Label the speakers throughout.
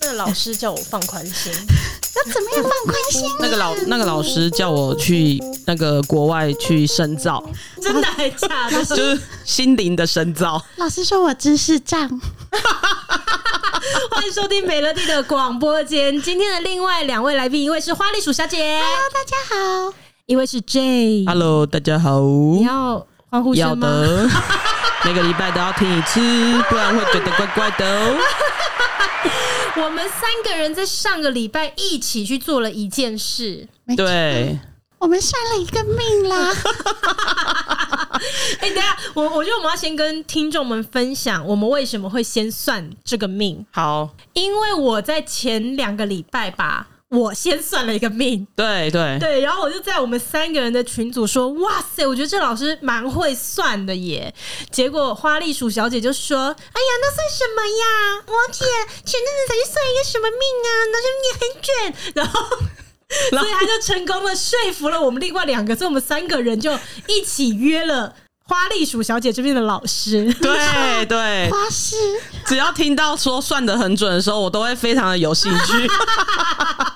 Speaker 1: 那个老师叫我放宽心，
Speaker 2: 要怎么样放宽心？
Speaker 3: 那个老那个老师叫我去那个国外去深造，
Speaker 1: 真的还假的？
Speaker 3: 就是心灵的深造。
Speaker 2: 老师说我知识障，
Speaker 1: 欢迎收听美乐蒂的广播间。今天的 另外两位来宾，一位是花栗鼠小姐，
Speaker 2: 大家好，
Speaker 1: 一位是 J。
Speaker 3: Hello，大家好。
Speaker 1: 你要欢呼
Speaker 3: 要
Speaker 1: 声吗？
Speaker 3: 的，每个礼拜都要听一次，不然会觉得怪怪的 哦。
Speaker 1: 我们三个人在上个礼拜一起去做了一件事。
Speaker 2: 没错，
Speaker 3: 对，
Speaker 2: 我们算了一个命啦。
Speaker 1: 哎、等一下，我我觉得我们要先跟听众们分享，我们为什么会先算这个命。
Speaker 3: 好，
Speaker 1: 因为我在前两个礼拜吧，我先算了一个命，
Speaker 3: 对对
Speaker 1: 对，然后我就在我们三个人的群组说：“哇塞，我觉得这老师蛮会算的耶。”结果花栗鼠小姐就说：“哎呀，那算什么呀？我姐前阵子才去算一个什么命啊，那是也很准。”然后。所
Speaker 3: 然后
Speaker 1: 以他就成功的说服了我们另外两个，所以我们三个人就一起约了花栗鼠小姐这边的老师。
Speaker 3: 对对，
Speaker 2: 花式，
Speaker 3: 只要听到说算的很准的时候，我都会非常的有兴 趣。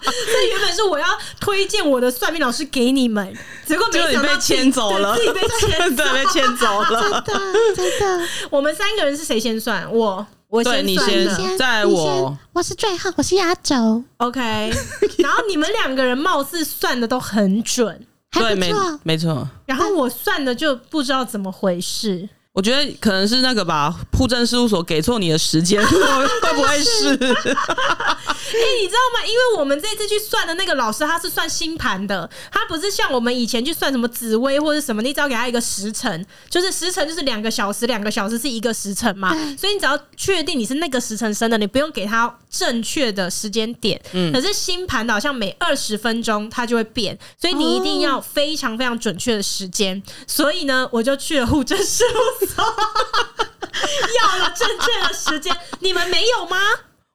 Speaker 1: 这原本是我要推荐我的算命老师给你们，结果没
Speaker 3: 结果你
Speaker 1: 想到
Speaker 3: 被
Speaker 1: 自己
Speaker 3: 牵走了
Speaker 1: 对自己 被牵走。
Speaker 3: 对，被牵走了。
Speaker 2: 真的真的，
Speaker 1: 我们三个人是谁先算？我，我
Speaker 3: 对你
Speaker 1: 算
Speaker 3: 先
Speaker 1: 的
Speaker 2: 你先，
Speaker 3: 在
Speaker 2: 你
Speaker 3: 我
Speaker 2: 先我是最后，我是压轴，
Speaker 1: OK。然后你们两个人貌似算的都很准，
Speaker 2: 还
Speaker 3: 对，
Speaker 2: 不
Speaker 3: 没
Speaker 2: 错。
Speaker 3: 没错。
Speaker 1: 然后我算的就不知道怎么回事。
Speaker 3: 我觉得可能是那个吧，户政事务所给错你的时间， 会不会是？
Speaker 1: 哎、你知道吗？因为我们这次去算的那个老师，他是算星盘的，他不是像我们以前去算什么紫薇或者什么，你只要给他一个时辰，就是时辰就是两个小时，两个小时是一个时辰嘛，所以你只要确定你是那个时辰生的，你不用给他正确的时间点。可是星盘的好像每二十分钟它就会变，所以你一定要非常非常准确的时间。所以呢，我就去了户政事务所， 要了正确的时间。你们没有吗？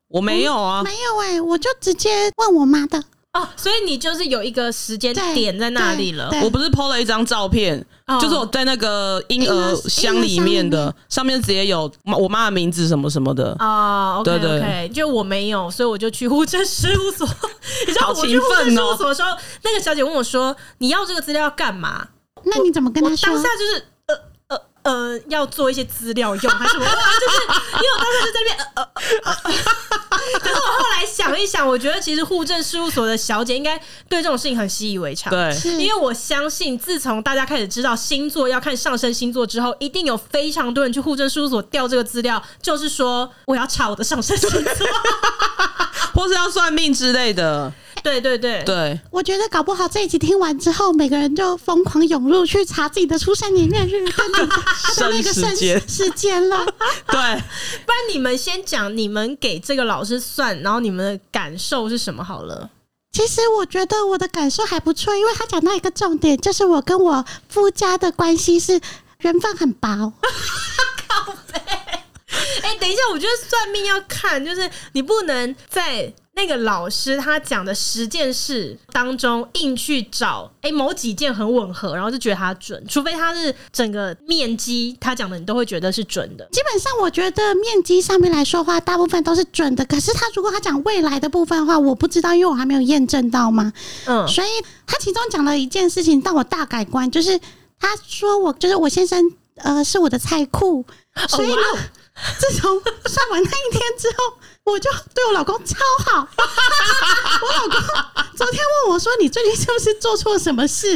Speaker 3: 我没有啊，
Speaker 2: 没有哎、我就直接问我妈的，
Speaker 1: 哦，所以你就是有一个时间
Speaker 2: 对
Speaker 1: 点在那里了
Speaker 2: 对。对
Speaker 3: 我不是 PO 了一张照片，
Speaker 1: 哦
Speaker 3: 就是我在那个婴儿箱里面
Speaker 2: 婴儿
Speaker 3: 的，哦上面直接有我妈的名字什么什么的，
Speaker 1: 啊、o k
Speaker 3: 对对
Speaker 1: OK，就我没有，所以我就去户政事务所。你知道
Speaker 3: 好
Speaker 1: 我去
Speaker 3: 勤
Speaker 1: 户政
Speaker 3: 奋
Speaker 1: 事
Speaker 3: 哦
Speaker 1: 务所的时候，那个小姐问我说：“你要这个资料要干嘛
Speaker 2: 那你怎么？”跟
Speaker 1: 我
Speaker 2: 她说
Speaker 1: 当？下就是呃呃呃，要做一些资料用还是什么？ 就是因为我当时就在那边呃呃呃。呃可是我后来想一想，我觉得其实户政事务所的小姐应该对这种事情很习以为常。
Speaker 3: 对，
Speaker 2: 是
Speaker 1: 因为我相信，自从大家开始知道星座要看上升星座之后，一定有非常多人去户政事务所调这个资料，就是说我要查我的上升 星座。
Speaker 3: 或是要算命之类的，
Speaker 1: 对对对，
Speaker 3: 对，
Speaker 2: 我觉得搞不好这一集听完之后，每个人就疯狂涌入去查自己的出生年月日跟你的跟那个
Speaker 3: 生
Speaker 2: 生
Speaker 3: 时间
Speaker 2: 时间了。
Speaker 1: 不
Speaker 3: 对，
Speaker 1: 然你们先讲你们给这个老师算，然后你们的感受是什么好了。
Speaker 2: 其实我觉得我的感受还不错，因为他讲到一个重点，就是我跟我夫家的关系是缘分很薄。
Speaker 1: 哎、等一下，我觉得算命要看，就是你不能在那个老师他讲的十件事当中硬去找，哎、某几件很吻合，然后就觉得它准，除非他是整个面积他讲的，你都会觉得是准的。
Speaker 2: 基本上，我觉得面积上面来说话，大部分都是准的。可是他如果他讲未来的部分的话，我不知道，因为我还没有验证到嘛。
Speaker 1: 嗯，
Speaker 2: 所以他其中讲了一件事情让我大改观，就是他说我就是我先生，呃，是我的菜库。所以呢，
Speaker 1: 哇
Speaker 2: 自从上完那一天之后，我就对我老公超好。 我老公昨天问我说：“你最近是不是做错什么事？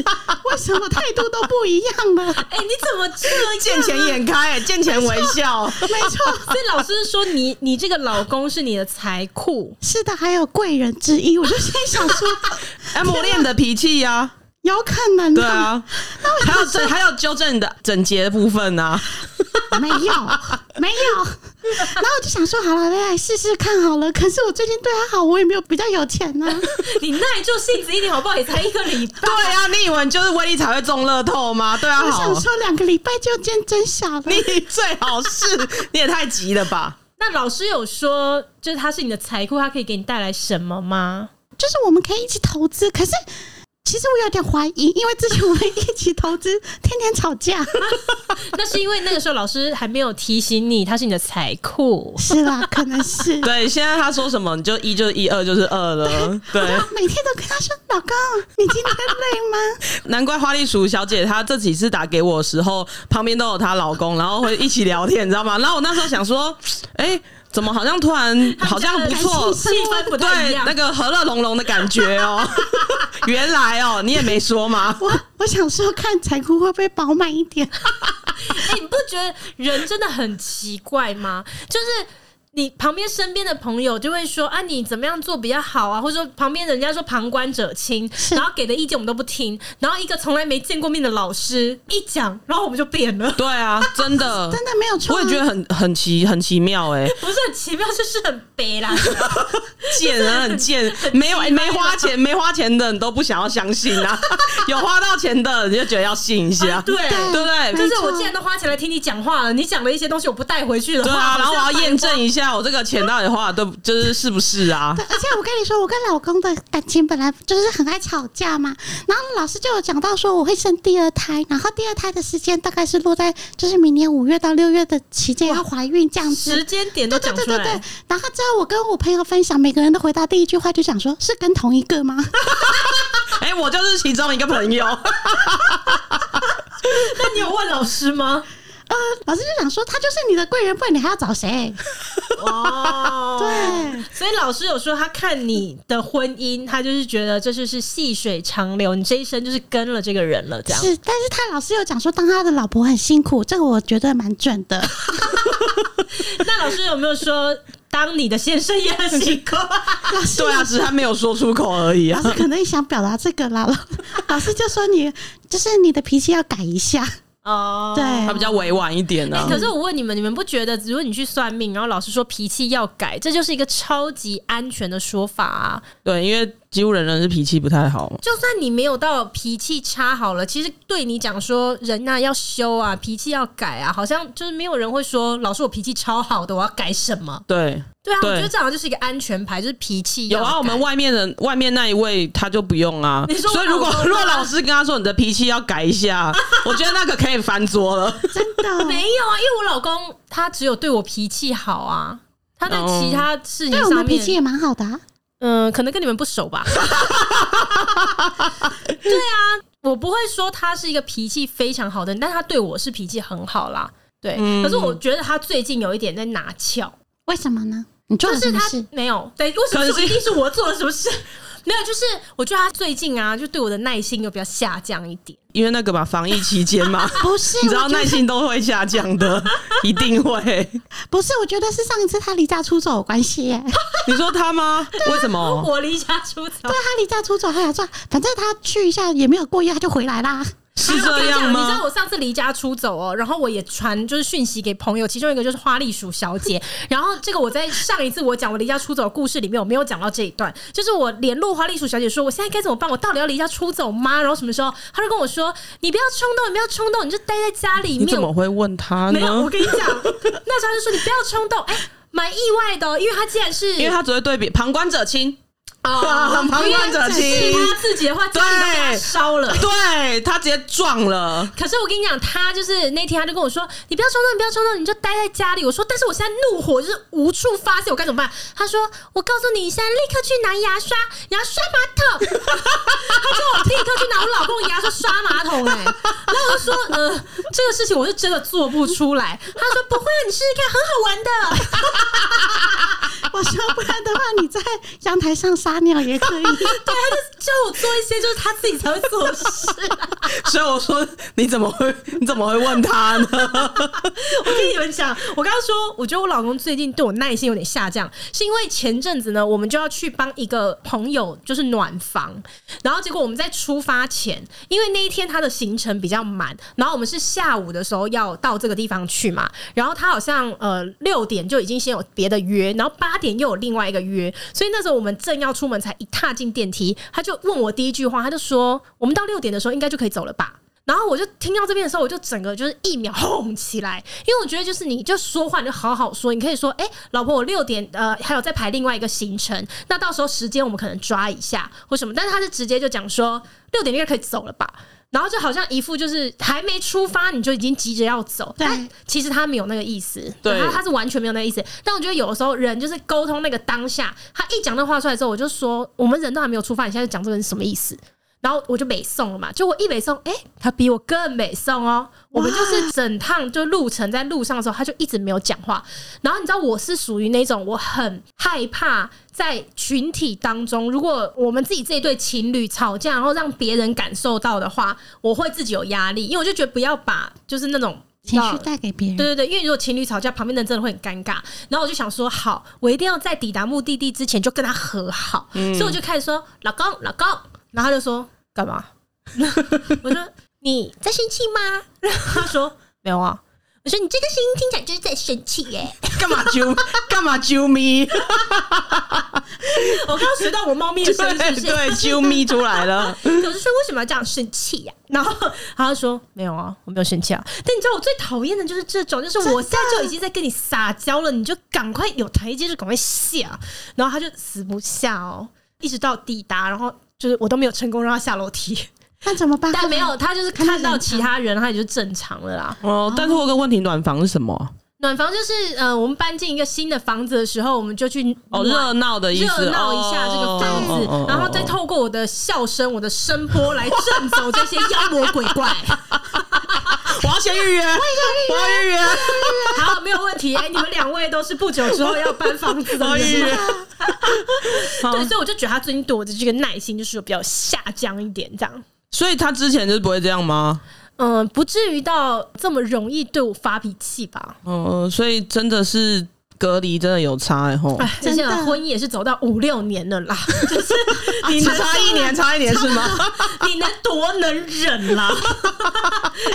Speaker 2: 为什么态度都不一样了
Speaker 1: 哎、你怎么这样、啊？
Speaker 3: 见钱眼开，见钱微笑，
Speaker 1: 没错。所以老师说你，你这个老公是你的财库？”。
Speaker 2: 是的，还有贵人之一，我就心想说，
Speaker 3: 哎，磨练你的脾气呀、
Speaker 2: 有可能
Speaker 3: 对 啊，还有这还有纠正你的整洁的部分啊，
Speaker 2: 没有，没有。然后我就想说，好了，来试试看好了。可是我最近对他好，我也没有比较有钱啊 呢、
Speaker 1: 你耐住性子一点好不好？也才一个礼拜。
Speaker 3: 对啊，你以为你就是威力才会中乐透吗？对啊，
Speaker 2: 我
Speaker 3: 好
Speaker 2: 想，说两个礼拜就见真小了。
Speaker 3: 你最好是，你也太急了吧？
Speaker 1: 那老师有说，就是他是你的财库，他可以给你带来什么吗？
Speaker 2: 就是我们可以一起投资，可是。其实我有点怀疑，因为之前我们一起投资，天天吵架，
Speaker 1: 那是因为那个时候老师还没有提醒你，他是你的财库。
Speaker 2: 是啦，可能是。
Speaker 3: 对，现在他说什么你就一就是一，二就是二 了。对，
Speaker 2: 每天都跟他说：“老公，你今天累吗
Speaker 3: 难怪花栗鼠小姐她这几次打给我的时候，旁边都有她老公，然后会一起聊天，你知道吗？然后我那时候想说，哎、怎么好像突然好像不 错，
Speaker 1: 气氛不太一
Speaker 3: 对
Speaker 1: 样。
Speaker 3: 那个和乐融融的感觉哦。 原来哦，你也没说嘛？”。
Speaker 2: 我我想说，看财库会不会饱满一点？
Speaker 3: 呃
Speaker 1: 哎、你不觉得人真的很奇怪吗？就是。你旁边身边的朋友就会说啊，你怎么样做比较好啊？或者说旁边人家说旁观者清，然后给的意见我们都不听，然后一个从来没见过面的老师一讲，然后我们就变了，
Speaker 3: 对啊，真 的，
Speaker 2: 真的没有错、啊。
Speaker 3: 我也觉得很很奇很奇妙哎、
Speaker 1: 不是很奇妙，就是很悲啦。
Speaker 3: 贱啊，很贱，没有哎没花钱，没花钱的你都不想要相信啊， 有花到钱的你就觉得要信一下，
Speaker 1: 啊对
Speaker 3: 对不对？
Speaker 1: 就
Speaker 2: 没
Speaker 1: 是
Speaker 2: 错
Speaker 1: 我既然都花钱来听你讲话了，你讲了一些东西我不带回去的
Speaker 3: 对
Speaker 1: 话，
Speaker 3: 啊，然后我要验证
Speaker 1: 一
Speaker 3: 一下我这个钱到底花的对不，就是是不是啊？
Speaker 2: 对，而且我跟你说，我跟老公的感情本来就是很爱吵架嘛。然后老师就有讲到说，我会生第二胎，然后第二胎的时间大概是落在就是明年五月到六月的期间要怀孕这样
Speaker 1: 时
Speaker 2: 子。
Speaker 1: 间点都
Speaker 2: 对
Speaker 1: 讲
Speaker 2: 对对
Speaker 1: 出
Speaker 2: 对
Speaker 1: 来，
Speaker 2: 对。然后之后我跟我朋友分享，每个人的回答第一句话就想说，是跟同一个吗？
Speaker 1: 啊
Speaker 3: 哎，我就是其中一个 朋友，
Speaker 1: 那你有问老师吗？
Speaker 2: 呃，老师就想说，他就是你的贵人，不然你还要找谁？
Speaker 1: 哦，
Speaker 2: 对，
Speaker 1: 所以老师有说，他看你的婚姻，他就是觉得这就是细水长流，你这一生就是跟了这个人了，这样。
Speaker 2: 是，但是他老师有讲说，当他的老婆很辛苦，这个我觉得蛮准的。
Speaker 1: 那老师有没有说，当你的先生也很辛 苦？
Speaker 2: 老师
Speaker 3: 对啊，只是他没有说出口而 已
Speaker 2: 老
Speaker 3: 啊
Speaker 2: 师。可能想表达这个啦， 老老师就说你就是你的脾气要改 一下，
Speaker 1: 哦，
Speaker 2: 对
Speaker 3: 他比较委婉一点
Speaker 1: 哎、
Speaker 3: 呢、啊
Speaker 1: 可，是我问你们，你们不觉得，如果你去算命，然后老师说脾气要改，这就是一个超级安全的说法啊？
Speaker 3: 对，因为几乎人人是脾气不太好，
Speaker 1: 就算你没有到脾气差好了，其实对你讲说人呐、要修啊，脾气要改啊，好像就是没有人会说老师我脾气超好的，我要改什么？
Speaker 3: 对，
Speaker 1: 对啊，
Speaker 3: 对
Speaker 1: 我觉得这好像就是一个安全牌，就是脾气要
Speaker 3: 有啊，
Speaker 1: 改
Speaker 3: 我们外面的外面那一位他就不用啊
Speaker 1: 你说，我
Speaker 3: 所以如果
Speaker 1: 老公吗
Speaker 3: 如果老师跟他说你的脾气要改 一下，我觉得那个可以翻桌了。
Speaker 2: 真的。
Speaker 1: 没有啊，因为我老公他只有对我脾气好啊，他在
Speaker 3: 哦
Speaker 1: 其他事情
Speaker 2: 对我
Speaker 1: 上
Speaker 2: 们脾气
Speaker 1: 面，
Speaker 2: 也蛮好的、啊，
Speaker 1: 嗯、可能跟你们不熟 吧。对啊，我不会说他是一个脾气非常好的人，但他对我是脾气很好啦。对，
Speaker 3: 嗯
Speaker 1: 可是我觉得他最近有一点在拿翘，
Speaker 2: 为什么呢？你做
Speaker 1: 就
Speaker 2: 了什
Speaker 1: 是
Speaker 2: 么
Speaker 1: 他
Speaker 2: 事？
Speaker 1: 没有对，为什么
Speaker 3: 可能
Speaker 1: 是
Speaker 3: 是
Speaker 1: 一定是我做了什么事？ 没有，就是我觉得他最近啊，就对我的耐心又比较下降一点。
Speaker 3: 因为那个嘛，防疫期间嘛，
Speaker 2: 不是，
Speaker 3: 你知
Speaker 2: 我
Speaker 3: 道
Speaker 2: 觉
Speaker 3: 耐心都会下降 的，一定会。
Speaker 2: 不是，我觉得是上一次他离家出走有关系 耶。
Speaker 3: 你说他吗？为什么？
Speaker 1: 我离家出走
Speaker 2: 对，他离家出走，他想说，反正他去一下也没有过夜，他就回来 啦。
Speaker 3: 是
Speaker 1: 我跟
Speaker 3: 这
Speaker 1: 啊你
Speaker 3: 样
Speaker 1: 讲，你知
Speaker 3: 吗
Speaker 1: 道？我上次离家出走哦，然后我也传就是讯息给朋友，其中一个就是花栗鼠小姐。然后这个我在上一次我讲我离家出走的故事里面，我没有讲到这一段，就是我联络花栗鼠小姐说，我现在该怎么办？我到底要离家出走吗？然后什么时候？她就跟我说，你不要冲动，你不要冲动，你就待在家里
Speaker 3: 你
Speaker 1: 面
Speaker 3: 怎。么会问他
Speaker 1: 没有，我
Speaker 3: 呢？
Speaker 1: 跟你讲，那时候她就说你不要冲动，哎、蛮意外的、哦，因为她既然是
Speaker 3: 因为他只会对比旁观者清，
Speaker 1: 哦
Speaker 3: 旁观者清
Speaker 1: 因为是她自己的话，家里都给她
Speaker 3: 对
Speaker 1: 烧了。
Speaker 3: 对他直接撞了。
Speaker 1: 可是我跟你讲，他就是那天他就跟我说：“你不要冲动，你不要冲动，你就待在家里。”我说：“但是我现在怒火就是无处发泄，我该怎么办？”他说：“我告诉你，你现在立刻去拿牙刷，然后刷马桶。”他叫我立刻去拿我老公的牙刷刷马桶、欸，哎，然后我就说：“呃，这个事情我是真的做不出来。”他说：“不会，啊你试试看，很好玩的。
Speaker 2: 我说，不然的话，你在阳台上撒尿也 可以。”
Speaker 1: 对，他就叫我做一些就是他自己才会做的事。
Speaker 3: 所以我说你怎么会你怎么会问他呢？
Speaker 1: 我跟你们讲，我刚刚说，我觉得我老公最近对我耐心有点下降，是因为前阵子呢，我们就要去帮一个朋友就是暖房，然后结果我们在出发前，因为那一天他的行程比较满，然后我们是下午的时候要到这个地方去嘛，然后他好像呃六点就已经先有别的约，然后八点又有另外一个约，所以那时候我们正要出门，才一踏进电梯，他就问我第一句话，他就说我们到六点的时候应该就可以走了吧。然后我就听到这边的时候，我就整个就是一秒轰起来，因为我觉得就是你就说话你就好好说，你可以说，哎、老婆，我六点呃还有在排另外一个行程，那到时候时间我们可能抓一下或什么，但是他是直接就讲说六点应该可以走了吧。然后就好像一副就是还没出发你就已经急着要走，
Speaker 2: 对
Speaker 1: 但其实他没有那个意思，
Speaker 3: 对
Speaker 1: 他他是完全没有那个意思。但我觉得有的时候人就是沟通那个当下，他一讲那话出来之后，我就说我们人都还没有出发，你现在就讲这个是什么意思？然后我就北送了嘛，就我一北送，哎、他比我更北送哦。我们就是整趟就路程在路上的时候，他就一直没有讲话。然后你知道我是属于那种我很害怕在群体当中，如果我们自己这一对情侣吵架，然后让别人感受到的话，我会自己有压力，因为我就觉得不要把就是那种
Speaker 2: 情绪
Speaker 1: 到
Speaker 2: 带给别人，
Speaker 1: 对对对，因为如果情侣吵架，旁边的人真的会很尴尬。然后我就想说，好，我一定要在抵达目的地之前就跟他和好，所以我就开始说老公，老公，然后他就说干 嘛？我说你在生气吗？然后他说没有啊。我说你这个声音听起来就是在生气耶、
Speaker 3: 干嘛揪？干嘛揪咪？
Speaker 1: 我刚刚学到我猫咪的声音是不是？
Speaker 3: 对对，揪咪出来了。
Speaker 1: 我就说为什么要这样生气呀、 然后他就说没有啊，我没有生气啊。但你知道我最讨厌的就是这种，就是我现在就已经在跟你撒娇了，你就赶快有台阶就赶快下，然后他就死不下哦，一直到抵达，然后就是我都没有成功让他下楼梯，
Speaker 2: 那怎么办？
Speaker 1: 但没有，他就是看到其他人，他也就正常了啦。
Speaker 3: 哦，但是我有个问题，暖房是什么？啊
Speaker 1: 暖房就是呃，我们搬进一个新的房子的时候，我们就去
Speaker 3: 哦，
Speaker 1: 暖
Speaker 3: 热闹的意思，
Speaker 1: 热闹一下这个房子，
Speaker 3: 哦
Speaker 1: 然后再。透过我的笑声、我的声波来震走这些妖魔鬼 怪。
Speaker 3: 我要先预约，我要预约，
Speaker 1: 好，没有问题。哎、你们两位都是不久之后要搬房子
Speaker 3: 我
Speaker 1: 的
Speaker 3: 要 预
Speaker 1: 人
Speaker 3: 约
Speaker 1: 吗。。
Speaker 3: 好
Speaker 1: 对，所以我就觉得他最近对我的这个耐心就是有比较下降一点，这样。
Speaker 3: 所以他之前就是不会这样吗？
Speaker 1: 嗯，不至于到这么容易对我发脾气吧？
Speaker 3: 嗯，所以真的是隔离真的有差哎、吼，
Speaker 1: 哎，这
Speaker 2: 真的
Speaker 1: 些婚姻也是走到五六年了啦，就是你
Speaker 3: 只
Speaker 1: 能
Speaker 3: 差一年，差一年是吗？
Speaker 1: 你能多能忍 啦？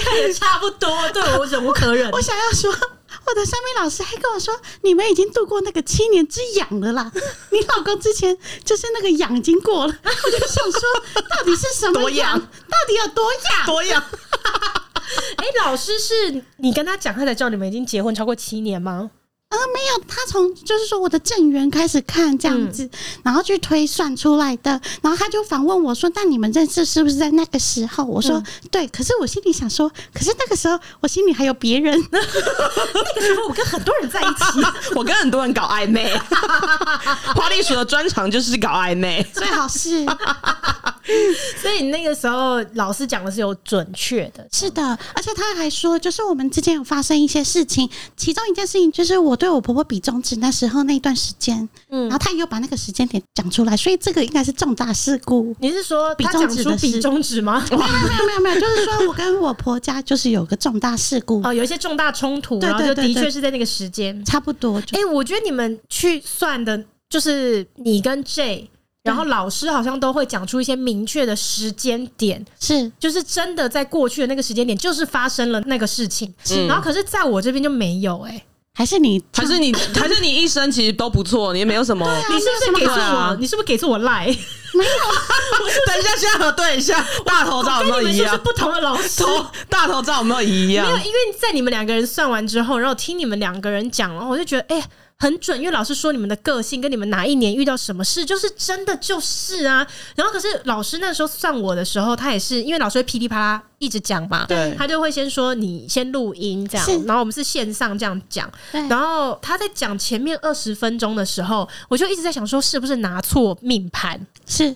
Speaker 1: 看也差不多，对我忍无可忍。
Speaker 2: 我想要说，我的上面老师还跟我说，你们已经度过那个七年之痒了啦。你老公之前就是那个痒已经过了， 我就想说，到底是什么
Speaker 3: 多痒
Speaker 2: 痒？到底有多痒？
Speaker 3: 多样。
Speaker 1: 哎、老师是你跟他讲，他才知道你们已经结婚超过七年吗？
Speaker 2: 呃，没有，他从就是说我的正缘开始看这样子，然后去推算出来的，然后他就反问我说：“那你们认识是不是在那个时候？”我说：“对。”可是我心里想说，可是那个时候我心里还有别人，
Speaker 1: 那个时候我跟很多人在一起，
Speaker 3: 我跟很多人搞暧昧，花栗鼠的专长就是搞暧昧。
Speaker 2: 最好是
Speaker 1: 所以你那个时候老师讲的是有准确的。
Speaker 2: 是的。而且他还说，就是我们之间有发生一些事情，其中一件事情就是我对我婆婆比中指那时候那一段时间，
Speaker 1: 嗯
Speaker 2: 然后他又把那个时间点讲出来，所以这个应该是重大事故。
Speaker 1: 你是说他讲出比中指吗？
Speaker 2: 没有没有没有没有，就是说我跟我婆家就是有个重大事 故，
Speaker 1: 哦，有一些重大冲突，
Speaker 2: 对
Speaker 1: 然后就
Speaker 2: 对对
Speaker 1: 的确
Speaker 2: 对
Speaker 1: 是在那个时间。
Speaker 2: 差不多就
Speaker 1: 哎、我觉得你们去算的，就是你跟 J，然后老师好像都会讲出一些明确的时间点，
Speaker 2: 是
Speaker 1: 就是真的在过去的那个时间点，就是发生了那个事情。
Speaker 3: 嗯
Speaker 1: 然后可是在我这边就没有、哎。
Speaker 2: 还是你
Speaker 3: 还 是你，还是你一生其实都不错，你也没有什么。
Speaker 1: 你是不是给错
Speaker 3: 对啊
Speaker 1: 我？嗯你是不是给错我赖？
Speaker 3: 等一下，先核对一下大头照有没
Speaker 1: 跟
Speaker 3: 有
Speaker 1: 你们
Speaker 3: 一
Speaker 1: 是不是
Speaker 3: 样，
Speaker 1: 不同的老 师？
Speaker 3: 头大头照有没有一
Speaker 1: 没有，
Speaker 3: 样？
Speaker 1: 因为在你们两个人算完之后，然后听你们两个人讲，然后我就觉得，哎、很准，因为老师说你们的个性跟你们哪一年遇到什么事，就是真的就是啊。然后可是老师那时候算我的时候，他也是因为老师会噼里啪啦一直讲嘛，
Speaker 3: 对
Speaker 1: 他就会先说你先录音这样
Speaker 2: 是，
Speaker 1: 然后我们是线上这样讲，
Speaker 2: 对
Speaker 1: 然后他在讲前面二十分钟的时候，我就一直在想说是不是拿错命盘，
Speaker 2: 是。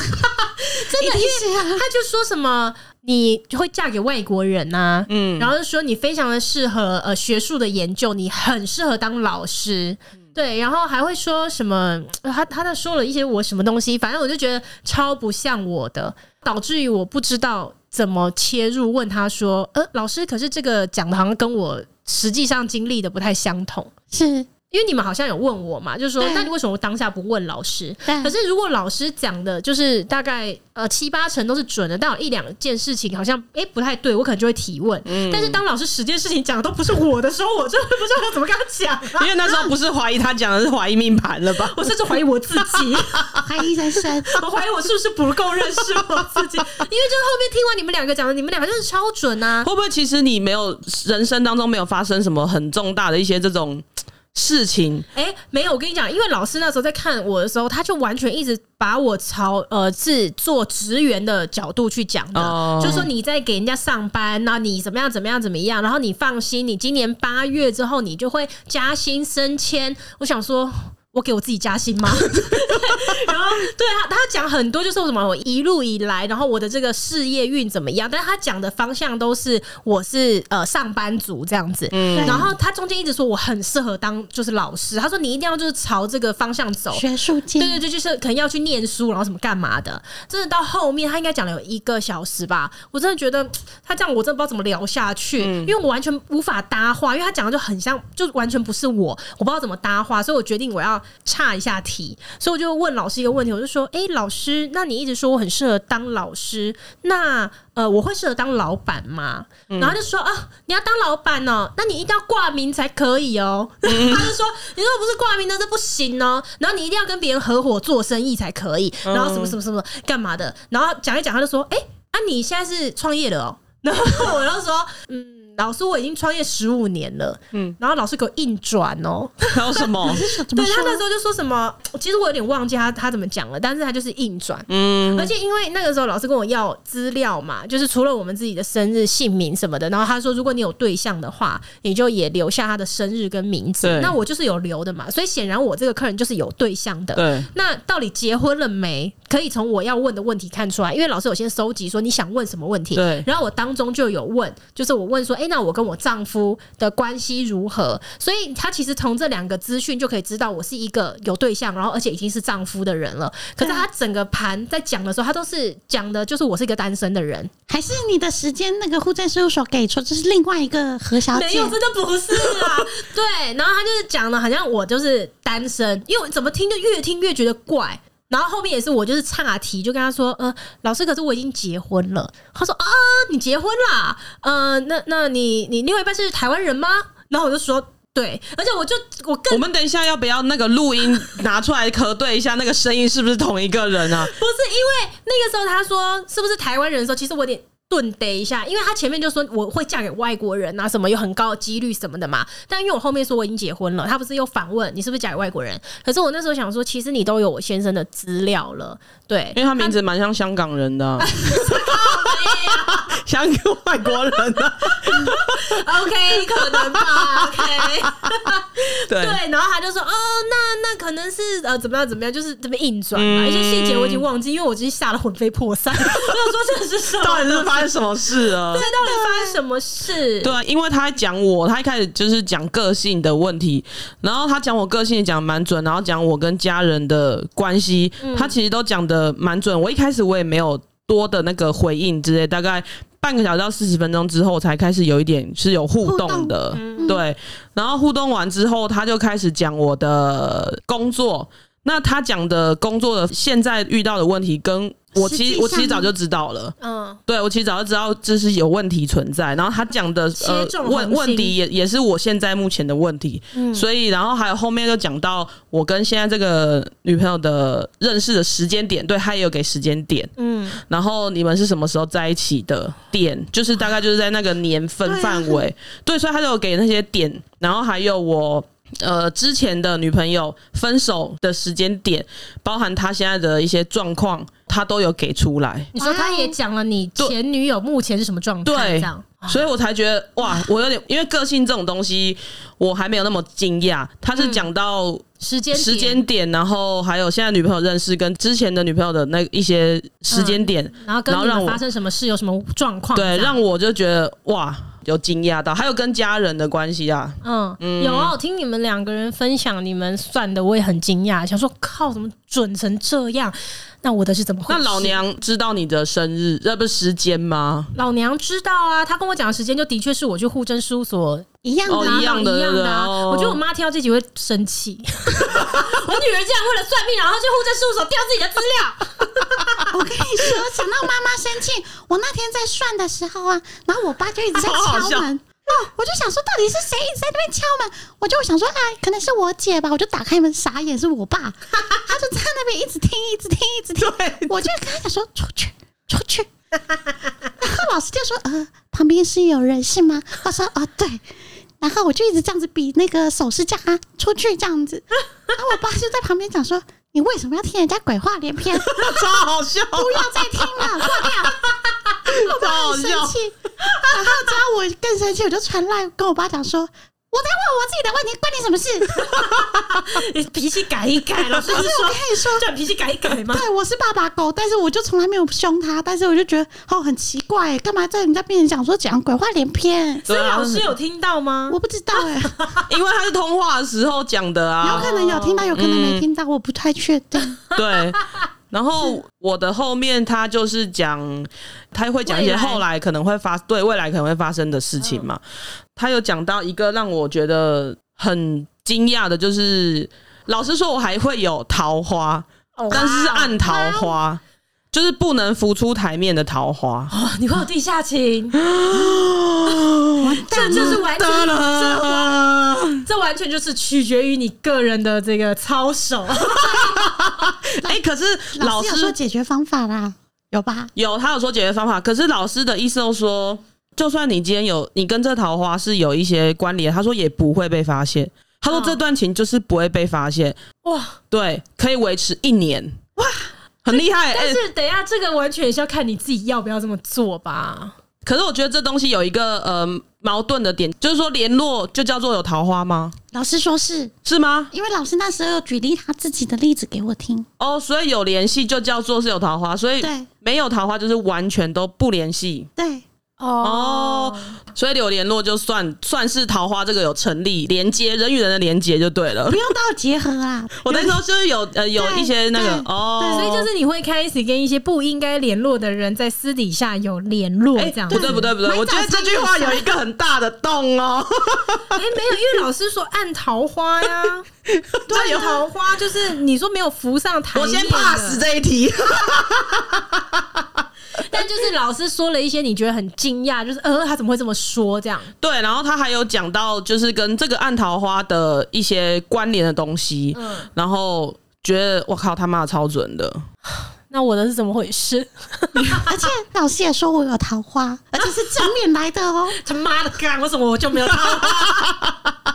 Speaker 2: 真的是啊，
Speaker 1: 他就说什么你会嫁给外国人呐、嗯，
Speaker 3: 嗯
Speaker 1: 然后就说你非常的适合呃学术的研究，你很适合当老师。对，然后还会说什么？呃他他那说了一些我什么东西，反正我就觉得超不像我的，导致于我不知道怎么切入问他说，呃，老师，可是这个讲的好像跟我实际上经历的不太相同。
Speaker 2: 是
Speaker 1: 因为你们好像有问我嘛，就是说，
Speaker 2: 对
Speaker 1: 那你为什么当下不问老师？
Speaker 2: 对
Speaker 1: 可是如果老师讲的，就是大概呃七八成都是准的，但有一两件事情好像哎、诶不太对，我可能就会提问。但是当老师十件事情讲的都不是我的时候，我就会不知道怎么跟他 讲、啊
Speaker 3: 因。为那时候不是怀疑他讲的是怀疑命盘了吧？
Speaker 1: 我甚至怀疑我自 己，
Speaker 2: 怀疑人哦生，
Speaker 1: 我怀疑我是不是不够认识我自 己，因为就是后面听完你们两个讲的，你们两个就是超准啊。
Speaker 3: 会不会其实你没有人生当中没有发生什么很重大的一些这种事情？
Speaker 1: 哎、没有，我跟你讲，因为老师那时候在看我的时候，他就完全一直把我朝呃是做职员的角度去讲的，
Speaker 3: 哦
Speaker 1: 就说你在给人家上班，那你怎么样怎么样怎么样，然后你放心，你今年八月之后你就会加薪升迁。我想说。我给我自己加薪吗？然后对他，他讲很多就是什么我一路以来，然后我的这个事业运怎么样，但是他讲的方向都是我是呃上班族这样子，
Speaker 2: 对
Speaker 1: 嗯然后他中间一直说我很适合当就是老师，他说你一定要就是朝这个方向走。
Speaker 2: 学术
Speaker 1: 对
Speaker 2: 精
Speaker 1: 对对，就是可能要去念书，然后什么干嘛的。真的到后面，他应该讲了有一个小时吧。我真的觉得他这样，我真的不知道怎么聊下去，因为我完全无法搭话，因为他讲的就很像，就完全不是我，我不知道怎么搭话，所以我决定我要岔一下题。所以我就问老师一个问题，我就说：“哎、老师，那你一直说我很适合当老师，那呃，我会适合当老板吗？”然后他就说：“啊，你要当老板哦，那你一定要挂名才可以哦。 他就说：“你如果不是挂名的，这不行哦。然后你一定要跟别人合伙做生意才可以。
Speaker 2: 嗯
Speaker 1: 然后什么什么什么干嘛的？然后讲一讲，他就说：‘哎、啊，你现在是创业了哦。’ 然后我就说：‘嗯，老师，我已经创业十五年了。’嗯，然后老师给我硬转哦。”
Speaker 3: 还有什么？
Speaker 2: 是怎么
Speaker 1: 对他
Speaker 2: 说？
Speaker 1: 那时候就说什么，其实我有点忘记他他怎么讲了，但是他就是硬转，
Speaker 3: 嗯，
Speaker 1: 而且因为那个时候老师跟我要资料嘛，就是除了我们自己的生日、姓名什么的，然后他说如果你有对象的话，你就也留下他的生日跟名字
Speaker 3: 对。
Speaker 1: 那我就是有留的嘛，所以显然我这个客人就是有对象的。
Speaker 3: 对，
Speaker 1: 那到底结婚了没？可以从我要问的问题看出来，因为老师有先收集说你想问什么问题，
Speaker 3: 对
Speaker 1: 然后我当中就有问，就是我问说，哎、那我跟我丈夫的关系如何？所以他其实从这两个资讯就可以知道我是一个有对象，然后而且已经是丈夫的人了。可是
Speaker 2: 对
Speaker 1: 他整个盘在讲的时候，他都是讲的就是我是一个单身的人，
Speaker 2: 还是你的时间那个户政事务所给出，这是另外一个何小
Speaker 1: 没
Speaker 2: 姐
Speaker 1: 有，真的不是啊。 对，然后他就是讲的，好像我就是单身，因为我怎么听就越听越觉得怪。然后后面也是我就是岔题，就跟他说，呃，老师，可是我已经结婚了。他说啊，你结婚啦？呃，那那你你另外一半是台湾人吗？然后我就说对，而且我就我更
Speaker 3: 我们等一下要不要那个录音拿出来核对一下，那个声音是不是同一个人 啊？
Speaker 1: 不是因为那个时候他说是不是台湾人的时候，其实我有点顿呆一下，因为他前面就说我会嫁给外国人啊，什么有很高的几率什么的嘛。但因为我后面说我已经结婚了，他不是又反问你是不是嫁给外国人？可是我那时候想说，其实你都有我先生的资料了，对
Speaker 3: 因为，他名字蛮像香港人的啊、 香港外国人啊的、
Speaker 1: OK，可能吧，OK。
Speaker 3: 对
Speaker 1: 对，然后他就说，哦，那那可能是呃怎么样怎么样，就是这么硬转嘛，
Speaker 3: 嗯
Speaker 1: 一些细节我已经忘记，因为我已经吓得魂飞魄散。我想说这是什么？
Speaker 3: 到底是发生什么事啊了
Speaker 1: 这？到底发生什么事？
Speaker 3: 对啊，因为他讲我，他一开始就是讲个性的问题，然后他讲我个性也讲得蛮准，然后讲我跟家人的关系，
Speaker 2: 嗯
Speaker 3: 他其实都讲的蛮准。我一开始我也没有多的那个回应之类，大概半个小时到四十分钟之后才开始有一点是有互动的，
Speaker 2: 嗯
Speaker 3: 对。然后互动完之后，他就开始讲我的工作。那他讲的工作的现在遇到的问题，跟我其
Speaker 2: 实
Speaker 3: 实
Speaker 2: 际
Speaker 3: 我其实
Speaker 2: 上
Speaker 3: 早就知道了。
Speaker 1: 嗯，
Speaker 3: 对，我其实早就知道这是有问题存在，然后他讲的呃
Speaker 1: 切中
Speaker 3: 问
Speaker 1: 核心嗯
Speaker 3: 问题也也是我现在目前的问题，所以然后还有后面就讲到我跟现在这个女朋友的认识的时间点，对他也有给时间点，
Speaker 1: 嗯，
Speaker 3: 然后你们是什么时候在一起的点，就是大概就是在那个年份
Speaker 2: 对啊
Speaker 3: 范围，对，所以他就有给那些点，然后还有我。呃，之前的女朋友分手的时间点，包含她现在的一些状况，他都有给出来。
Speaker 1: 你说他也讲了你前女友目前是什么状态，这
Speaker 3: 对
Speaker 1: 样哦
Speaker 3: 所以我才觉得哇，我有点因为个性这种东西，我还没有那么惊讶。他是讲到
Speaker 1: 时间点
Speaker 3: 时间，点，然后还有现在女朋友认识跟之前的女朋友的那一些时间点，
Speaker 1: 然后跟
Speaker 3: 然后
Speaker 1: 你
Speaker 3: 让
Speaker 1: 们
Speaker 3: 我
Speaker 1: 发生什么事，有什么状况，
Speaker 3: 对，
Speaker 1: 这样
Speaker 3: 让我就觉得哇，有惊讶到，还有跟家人的关系啊，
Speaker 1: 嗯，有啊，我听你们两个人分享你们算的，我也很惊讶，想说靠，怎么准成这样？那我的是怎么回
Speaker 3: 那
Speaker 1: 事？
Speaker 3: 老娘知道你的生日，这不是时 间吗？
Speaker 1: 老娘知道啊，她跟我讲的时间就的确是我去户政事务所
Speaker 2: 一样的、
Speaker 3: 哦
Speaker 1: 拿
Speaker 2: 啊
Speaker 1: 到
Speaker 3: 一样的
Speaker 1: 一样的啊。
Speaker 3: 对不对哦
Speaker 1: 我觉得我妈听到这集会生 气，我女儿竟然为了算命，然后去户政事务所调自己的资料。
Speaker 2: 我跟你说，想到妈妈生气，我那天在算的时候啊，然后我爸就一直在
Speaker 3: 好好笑
Speaker 2: 敲门。哦，我就想说，到底是谁一直在那边敲门？我就想说，哎，可能是我姐吧。我就打开门，傻眼，是我爸。他就在那边一直听，一直听，一直 听。我就跟他讲说，出去，出去。然后老师就说，呃，旁边是有人是吗？我说，哦，对。然后我就一直这样子比那个手势，叫他出去这样子。然后我爸就在旁边讲说，你为什么要听人家鬼话连篇？
Speaker 3: 超好笑，
Speaker 2: 不要再听了， 挂掉。
Speaker 3: 超好
Speaker 2: 很生
Speaker 3: 笑，
Speaker 2: 气，然后只要我更生气，我就传来跟我爸讲说，我在问我自己的问题，关你什么事？
Speaker 1: 你脾气改一改，老师不是
Speaker 2: 我
Speaker 1: 说
Speaker 2: 跟你说，
Speaker 1: 叫你脾气改一改吗？
Speaker 2: 对我是爸爸狗，但是我就从来没有凶他，但是我就觉得哦很奇怪，干嘛在人家面前讲说讲鬼话连篇？
Speaker 1: 所以老师
Speaker 3: 对啊
Speaker 1: 有听到吗？
Speaker 2: 我不知道 哎、
Speaker 3: 因为他是通话的时候讲的
Speaker 2: 有
Speaker 3: 啊，
Speaker 2: 可能有听到，有可能没听到，我不太确定。
Speaker 3: 对。然后我的后面他就是讲，他会讲一
Speaker 1: 未
Speaker 3: 些
Speaker 1: 来
Speaker 3: 后来可能会发对未来可能会发生的事情嘛。他有讲到一个让我觉得很惊讶的，就是老实说，我还会有桃花，
Speaker 1: 哦
Speaker 3: 但是是暗桃花，就是不能浮出台面的桃花。
Speaker 1: 哦，你会有地下 情，这就是完全这这完全就是取决于你个人的这个操 守。
Speaker 3: 哎、可是
Speaker 2: 老
Speaker 3: 老
Speaker 2: 师有说
Speaker 3: 师
Speaker 2: 解决方法啦，
Speaker 3: 嗯
Speaker 2: 有吧？
Speaker 3: 有他有说解决方法，可是老师的意思都说，就算你今天有你跟这桃花是有一些关联，他说也不会被发现。他说
Speaker 1: 嗯
Speaker 3: 这段情就是不会被发现，
Speaker 1: 哇！
Speaker 3: 对，可以维持一年，哇，很厉害。哎、
Speaker 1: 但是等一下，这个完全也是要看你自己要不要这么做吧。
Speaker 3: 可是我觉得这东西有一个呃矛盾的点，就是说联络就叫做有桃花吗？
Speaker 2: 老师说是
Speaker 3: 是吗？
Speaker 2: 因为老师那时候有举例他自己的例子给我听，
Speaker 3: 哦，所以有联系就叫做是有桃花，所以
Speaker 2: 对
Speaker 3: 没有桃花就是完全都不联系，
Speaker 2: 对，
Speaker 3: 哦所以有联络就算算是桃花这个有成立连接人与人的连接就 对了
Speaker 2: 不。用到结合啊，
Speaker 3: 我那时候就是有呃有一些那个
Speaker 2: 对
Speaker 3: 哦，
Speaker 1: 所以就是你会开始跟一些不应该联络的人在私底下有联络，
Speaker 3: 哎、
Speaker 1: 这样、
Speaker 3: 不对不对不对，
Speaker 2: 蛮
Speaker 3: 我觉得
Speaker 2: 早
Speaker 3: 这
Speaker 2: 就
Speaker 3: 句话
Speaker 2: 有想
Speaker 3: 有一个很大的 洞哦，
Speaker 1: 哎、没有，因为老师说暗桃花 呀，
Speaker 3: 这有
Speaker 1: 暗桃花就是你说没有浮上台
Speaker 3: 啊我
Speaker 1: 面的，
Speaker 3: 先 pass 这一题。
Speaker 1: 但就是老师说了一些你觉得很惊讶，就是呃他怎么会这么说这样？
Speaker 3: 对，然后他还有讲到就是跟这个暗桃花的一些关联的东西，
Speaker 1: 嗯，
Speaker 3: 然后觉得我靠他妈的超准的，
Speaker 1: 那我的是怎么回事？
Speaker 2: 而且老师也说我有桃花，而且是正面来的哦。
Speaker 1: 他妈的干，为什么我就没有桃花？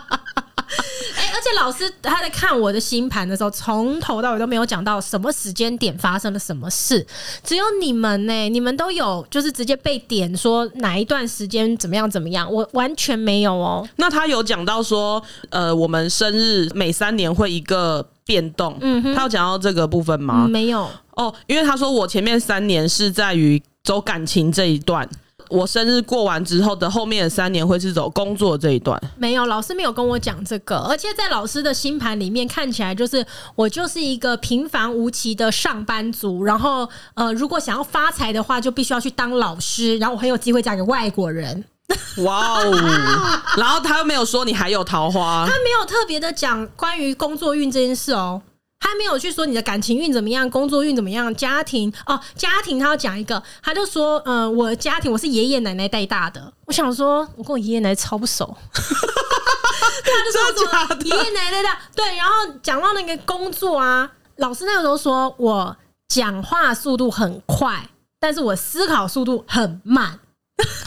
Speaker 1: 哎、而且老师他在看我的星盘的时候，从头到尾都没有讲到什么时间点发生了什么事，只有你们呢、你们都有就是直接被点说哪一段时间怎么样怎么样，我完全没有哦。
Speaker 3: 那他有讲到说，呃，我们生日每三年会一个变动，
Speaker 1: 嗯哼
Speaker 3: 他有讲到这个部分吗
Speaker 1: 嗯，？没有，
Speaker 3: 哦，因为他说我前面三年是在于走感情这一段，我生日过完之后的后面的三年会是走工作这一段，
Speaker 1: 没有，老师没有跟我讲这个，而且在老师的星盘里面看起来，就是我就是一个平凡无奇的上班族，然后呃，如果想要发财的话，就必须要去当老师，然后我很有机会嫁给外国人。
Speaker 3: 哇哦！ 然后他又没有说你还有桃花
Speaker 1: 他，没有特别的讲关于工作运这件事哦。他没有去说你的感情运怎么样，工作运怎么样，家庭哦，家庭他要讲一个，他就说，嗯、我的家庭我是爷爷奶奶带大的。我想说，我跟我爷爷奶奶超不熟，
Speaker 3: 真的假的？
Speaker 1: 爷爷奶奶的，对，然后讲到那个工作啊，老师那个时候说我讲话速度很快，但是我思考速度很慢。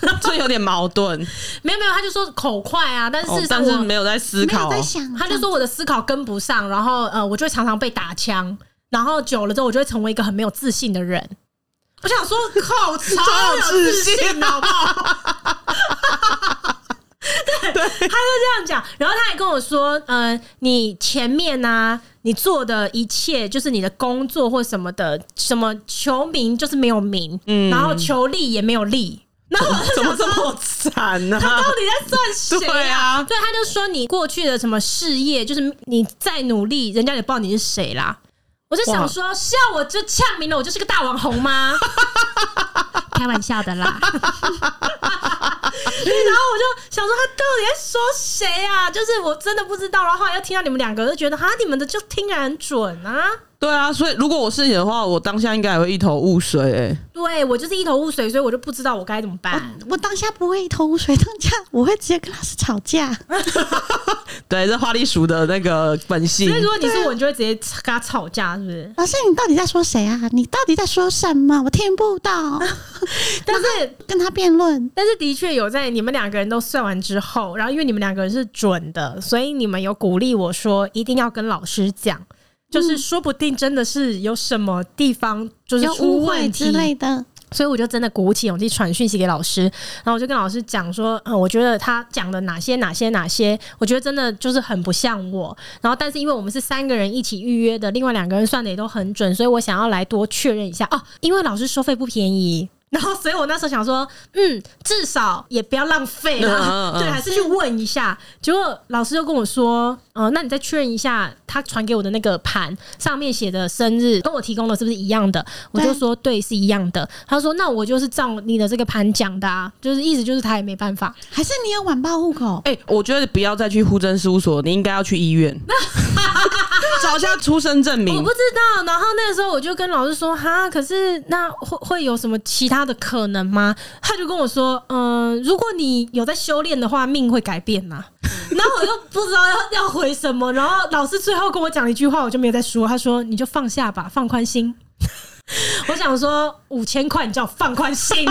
Speaker 3: 这有点矛盾
Speaker 1: 没有没有，他就说口快啊，但是
Speaker 3: 哦
Speaker 1: 事实，上
Speaker 3: 但
Speaker 1: 我、
Speaker 3: 是没有在思
Speaker 2: 没有
Speaker 3: 考哦
Speaker 2: 在想，
Speaker 1: 哦
Speaker 2: 啊
Speaker 1: 他就说我的思考跟不上，然后呃，我就会常常被打枪，然后久了之后，我就会成为一个很没有自信的人。我想说，靠，超
Speaker 3: 超有
Speaker 1: 有
Speaker 3: 自
Speaker 1: 自
Speaker 3: 信
Speaker 1: 信，好不 好？对，他就这样讲，然后他还跟我说，呃，你前面呢、你做的一切就是你的工作或什么的，什么求名就是没有名，然后求利也没有利，然后我就
Speaker 3: 怎么
Speaker 1: 想
Speaker 3: 这
Speaker 1: 说，
Speaker 3: 么惨啊呢、
Speaker 1: 到底在算谁
Speaker 3: 对啊
Speaker 1: 啊对，他就说你过去的什么事业，就是你再努力，人家也不知道你是谁啦。我就想说，是要我就呛明了，我就是个大网红吗？ 开玩笑的 啦。对，然后我就想说，他到底在说谁啊？就是我真的不知道。然后后来又听到你们两个，我就觉得哈，你们的就听得很准啊。
Speaker 3: 对啊，所以如果我是你的话，我当下应该也会一头雾水、欸。
Speaker 1: 对我就是一头雾水，所以我就不知道我该怎么办。
Speaker 2: 我当下不会一头雾水，当下我会直接跟老师吵架。
Speaker 3: 对，这花栗鼠的那个本性
Speaker 1: 所以。如果你啊是我，你就会直接跟他吵架，是不是？
Speaker 2: 老师，你到底在说谁啊？你到底在说什么？我听不到。
Speaker 1: 但是
Speaker 2: 跟他辩论，
Speaker 1: 但是的确有在你们两个人都算完之后，然后因为你们两个人是准的，所以你们有鼓励我说一定要跟老师讲，就是说不定真的是有什么地方就是
Speaker 2: 嗯有
Speaker 1: 出
Speaker 2: 误会
Speaker 1: 问
Speaker 2: 之
Speaker 1: 题，
Speaker 2: 类的。
Speaker 1: 所以我就真的鼓起勇气传讯息给老师，然后我就跟老师讲说，嗯，我觉得他讲的哪些哪些哪些，我觉得真的就是很不像我。然后，但是因为我们是三个人一起预约的，另外两个人算的也都很准，所以我想要来多确认一下哦，因为老师收费不便宜。然后，所以我那时候想说，嗯，至少也不要浪费
Speaker 3: 嗯
Speaker 1: 了，
Speaker 3: 嗯嗯
Speaker 1: 对，还是去问一下。结果老师就跟我说，嗯、那你再确认一下，嗯他传给我的那个盘上面写的生日跟我提供的是不是一样的？我就
Speaker 2: 对
Speaker 1: 说对，是一样的。他说那我就是照你的这个盘讲的啊，就是意思就是他也没办法。
Speaker 2: 还是你有晚报户口？
Speaker 3: 哎、我觉得不要再去户政事务所，你应该要去医院， 找一下出生证
Speaker 1: 我
Speaker 3: 明
Speaker 1: 不。知道。然后那个时候我就跟老师说，哈，可是那会会有什么其他的可能吗？他就跟我说，嗯、如果你有在修炼的话，命会改变 呐、然后我又不知道要要回什么，然后老师最后跟我讲一句话，我就没有再说。他说：“你就放下吧，放宽心。” 我想说五千块，你叫我放宽 心，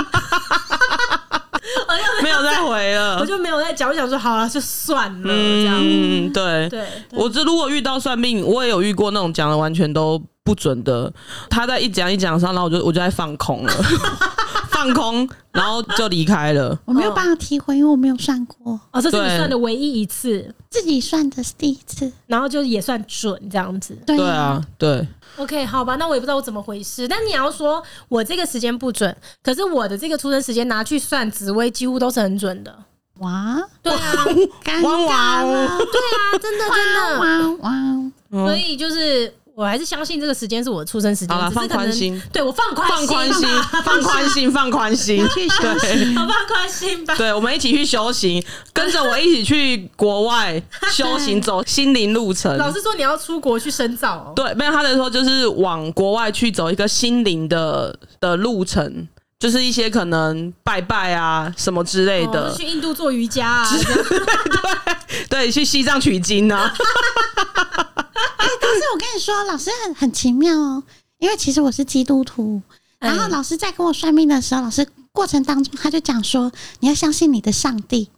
Speaker 3: 没有再回
Speaker 1: 我
Speaker 3: 了。
Speaker 1: 就没有再讲。我想说好了，就算了，这样。
Speaker 3: 嗯，对。
Speaker 1: 对，
Speaker 3: 我这如果遇到算命，我也有遇过那种讲的完全都不准的，他在一讲一讲上，然后我就我就在放空了， 放空，然后就离开了。
Speaker 2: 我没有办法提回，因为我没有算过，
Speaker 1: 哦，这是你
Speaker 3: 对
Speaker 1: 算的唯一一次，
Speaker 2: 自己算的是第一次。
Speaker 1: 然后就也算准这样子。
Speaker 2: 对
Speaker 3: 对啊，
Speaker 1: 哎
Speaker 3: 对，
Speaker 1: OK，好吧，那我也不知道我怎么回事。但你要说我这个时间不准，可是我的这个出生时间拿去算紫薇，几乎都是很准的。
Speaker 2: 哇，
Speaker 1: 对啊，
Speaker 2: 尴
Speaker 3: 哇哇
Speaker 2: 尬
Speaker 3: 哦
Speaker 2: 了，
Speaker 1: 对啊，真 的真的。
Speaker 2: 哇哇哇！
Speaker 1: 所
Speaker 3: 嗯，
Speaker 1: 以就是我还是相信这个时间是我的出生时间，
Speaker 3: 好啦
Speaker 1: 只是可
Speaker 3: 放宽
Speaker 1: 能
Speaker 3: 心
Speaker 1: 对我放宽
Speaker 3: 放 宽心，放宽心，放宽心，对。
Speaker 1: 我放宽心吧。
Speaker 3: 对，我们一起去修行，跟着我一起去国外修行，走心灵路程。
Speaker 1: 老师说你要出国去深造、哦，
Speaker 3: 对，没有他的说就是往国外去走一个心灵的的路程，就是一些可能拜拜啊什么之类的，
Speaker 1: 哦去印度做瑜伽啊，这样
Speaker 3: 对，去西藏取 经啊，
Speaker 2: 但是我跟你说，老师很很奇妙哦，因为其实我是基督徒，然后
Speaker 1: 嗯
Speaker 2: 老师在跟我算命的时候，老师过程当中他就讲说，你要相信你的上帝。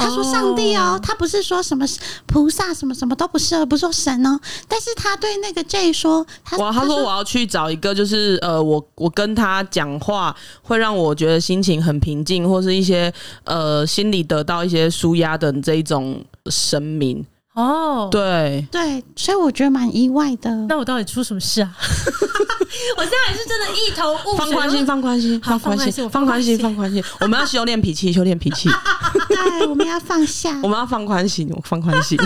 Speaker 2: 他说：“上帝哦，他不是说什么菩萨什么什么都不是哦，不是说神哦，但是他对那个 J 说，他
Speaker 3: 哇，他
Speaker 2: 他
Speaker 3: 说我要去找一个，就是呃，我我跟他讲话会让我觉得心情很平静，或是一些呃心里得到一些舒压的这一种神明。
Speaker 1: 哦，
Speaker 3: 对，
Speaker 2: 对，所以我觉得蛮意外的。
Speaker 1: 那我到底出什么事啊？ 我现在也是真的一头雾水。
Speaker 3: 放宽心，放宽心，
Speaker 1: 哦好放
Speaker 3: 放宽
Speaker 1: 宽心
Speaker 3: 心，
Speaker 1: 我
Speaker 3: 放宽心，
Speaker 1: 放
Speaker 3: 放宽心。我们要修炼脾气，修炼脾气，
Speaker 2: 对，哎我们要放下
Speaker 3: 我。们要放宽心，我放宽心。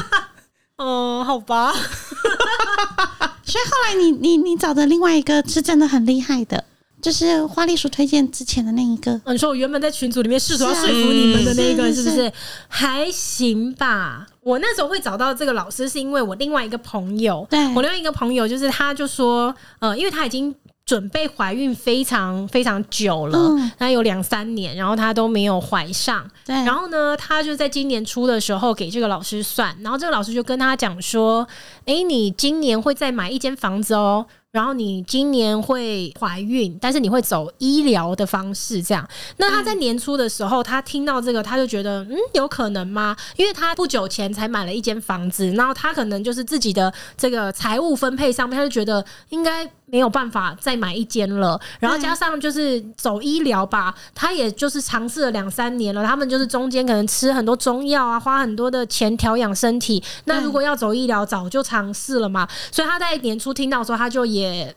Speaker 1: 哦，好吧，
Speaker 2: 所以后来你你你找的另外一个是真的很厉害的，就是花栗鼠推荐之前的那一个。
Speaker 1: 哦你说我原本在群组里面试图要
Speaker 2: 是
Speaker 1: 说
Speaker 2: 啊
Speaker 1: 服你们的那个，
Speaker 2: 嗯
Speaker 1: 是不
Speaker 2: 是是
Speaker 1: 是还行吧？我那时候会找到这个老师，是因为我另外一个朋友，
Speaker 2: 对
Speaker 1: 我另外一个朋友就是他就说，呃，因为他已经准备怀孕非常非常久了，
Speaker 2: 嗯
Speaker 1: 他有两三年，然后他都没有怀上，
Speaker 2: 对，
Speaker 1: 然后呢，他就在今年初的时候给这个老师算，然后这个老师就跟他讲说：“诶，你今年会再买一间房子哦，然后你今年会怀孕，但是你会走医疗的方式这样。”那他在年初的时候，他听到这个，他就觉得嗯，有可能吗？因为他不久前才买了一间房子，然后他可能就是自己的这个财务分配上面，他就觉得应该没有办法再买一间了。然后
Speaker 2: 对
Speaker 1: 加上就是走医疗吧，他也就是尝试了两三年了，他们就是中间可能吃很多中药啊，花很多的钱调养身体。那
Speaker 2: 对
Speaker 1: 如果要走医疗，早就尝试了嘛，所以他在年初听到的时候，他就也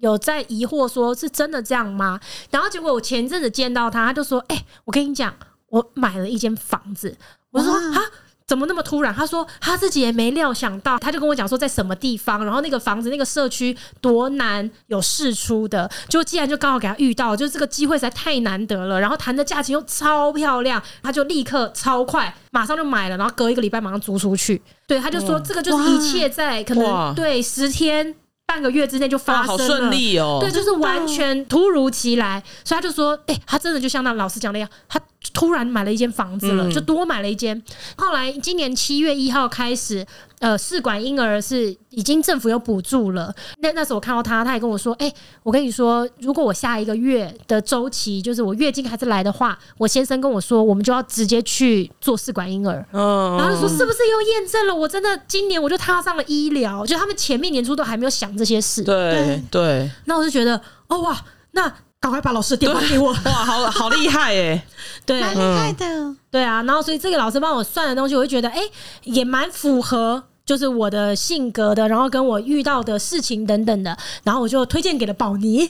Speaker 1: 有在疑惑说是真的这样吗？然后结果我前一阵子见到他，他就说：“哎、我跟你讲，我买了一间房子。”我说：“
Speaker 2: 哇
Speaker 1: 啊。”怎么那么突然？他说他自己也没料想到，他就跟我讲说在什么地方，然后那个房子、那个社区多难有试出的，就既然就刚好给他遇到，就是这个机会实在太难得了。然后谈的价钱又超漂亮，他就立刻超快，马上就买了，然后隔一个礼拜马上租出去。对，他就说这个就是一切在可
Speaker 3: 哇
Speaker 1: 能对十天半个月之内就
Speaker 3: 哇，
Speaker 1: 发生
Speaker 3: 好
Speaker 1: 了，
Speaker 3: 顺利哦、
Speaker 1: 对，就是完全突如其来，所以他就说，哎、他真的就像那老师讲那样，他突然买了一间房子了，
Speaker 3: 嗯
Speaker 1: 就多买了一间。后来今年七月一号开始，呃，试管婴儿是已经政府有补助了。那那时候我看到他，他也跟我说，哎、我跟你说，如果我下一个月的周期，就是我月经还是来的话，我先生跟我说，我们就要直接去做试管婴儿。
Speaker 3: 嗯，
Speaker 1: 然后就说是不是又验证了？我真的今年我就踏上了医疗，就他们前面年初都还没有想这些事。
Speaker 3: 对对，
Speaker 1: 那我就觉得，哦哇，那赶快把老师的电话给我。
Speaker 3: 哇，好好厉害哎、
Speaker 1: 对
Speaker 2: 蛮厉害的。
Speaker 1: 对啊，然后所以这个老师帮我算的东西，我就觉得，哎、也蛮符合。就是我的性格的，然后跟我遇到的事情等等的，然后我就推荐给了宝妮，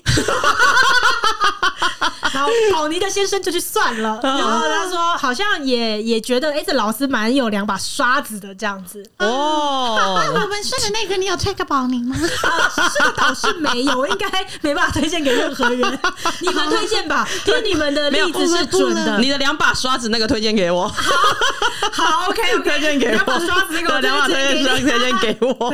Speaker 1: 然后宝妮的先生就去算了，然后他说好像也也觉得，哎、这老师蛮有两把刷子的这样子，
Speaker 3: 哦，
Speaker 2: 我们算的那个，你有 check 保龄吗？
Speaker 1: 啊，这个倒是没有，我应该没办法推荐给任何人。 你们推荐吧，因为你们的例子是准的。
Speaker 3: 你的两把刷子那个推荐给我，
Speaker 1: 好，OK，
Speaker 3: 推荐给我，
Speaker 1: 两把刷子给我
Speaker 3: 对两把推
Speaker 1: 推荐给
Speaker 3: 荐刷
Speaker 1: 你
Speaker 3: 子推荐给我。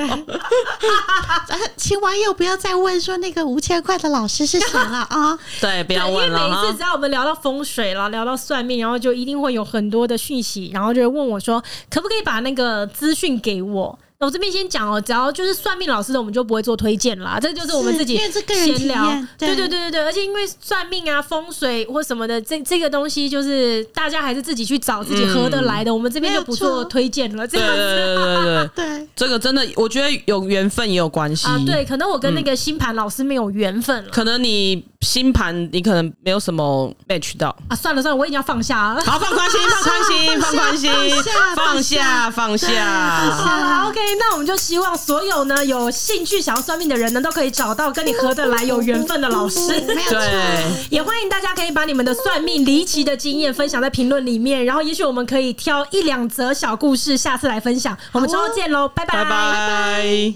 Speaker 2: 呃请网友不要再问说那个五千块的老师是谁了啊！
Speaker 3: 对，不
Speaker 1: 对，
Speaker 3: 要
Speaker 1: 因为
Speaker 3: 问
Speaker 1: 每
Speaker 3: 了
Speaker 1: 一次只
Speaker 3: 哈。
Speaker 1: 要我们聊到风水了，聊到算命，然后就一定会有很多的讯息，然后就会问我说，可不可以把那个资讯给我？那我这边先讲哦，只要就是算命老师的，我们就不会做推荐啦，这就是我们自己
Speaker 2: 是因为这个人
Speaker 1: 闲聊
Speaker 2: 体验。
Speaker 1: 对
Speaker 2: 对
Speaker 1: 对对对对，而且因为算命啊、风水或什么的，这这个东西就是大家还是自己去找自己合得来的，
Speaker 3: 嗯
Speaker 1: 我们这边就不
Speaker 2: 没有
Speaker 1: 做
Speaker 2: 错
Speaker 1: 推荐了。这
Speaker 3: 对
Speaker 1: 样
Speaker 3: 对
Speaker 1: 子
Speaker 3: 对对对，对
Speaker 2: 对，
Speaker 3: 这个真的，我觉得有缘分也有关系
Speaker 1: 啊，对，可能我跟那
Speaker 3: 嗯
Speaker 1: 个星盘老师没有缘分了、
Speaker 3: 可能你星盘你可能没有什么 match 到。
Speaker 1: 啊。算了算了，我已经要放下啊了。
Speaker 3: 好，放宽心，放宽心，放宽心，放
Speaker 2: 放
Speaker 3: 下，
Speaker 2: 下
Speaker 3: 放下。
Speaker 1: 好了，OK，那我们就希望所有呢有兴趣想要算命的人呢，都可以找到跟你合得来、有 缘分的老 师。
Speaker 2: 嗯没有
Speaker 3: 对
Speaker 2: 错。，
Speaker 1: 也欢迎大家可以把你们的算命离奇的经验分享在评论里面，然后也许我们
Speaker 3: 啊
Speaker 1: 可以挑一两则小故事，下次来分享。我们之后见喽，拜
Speaker 3: 拜拜。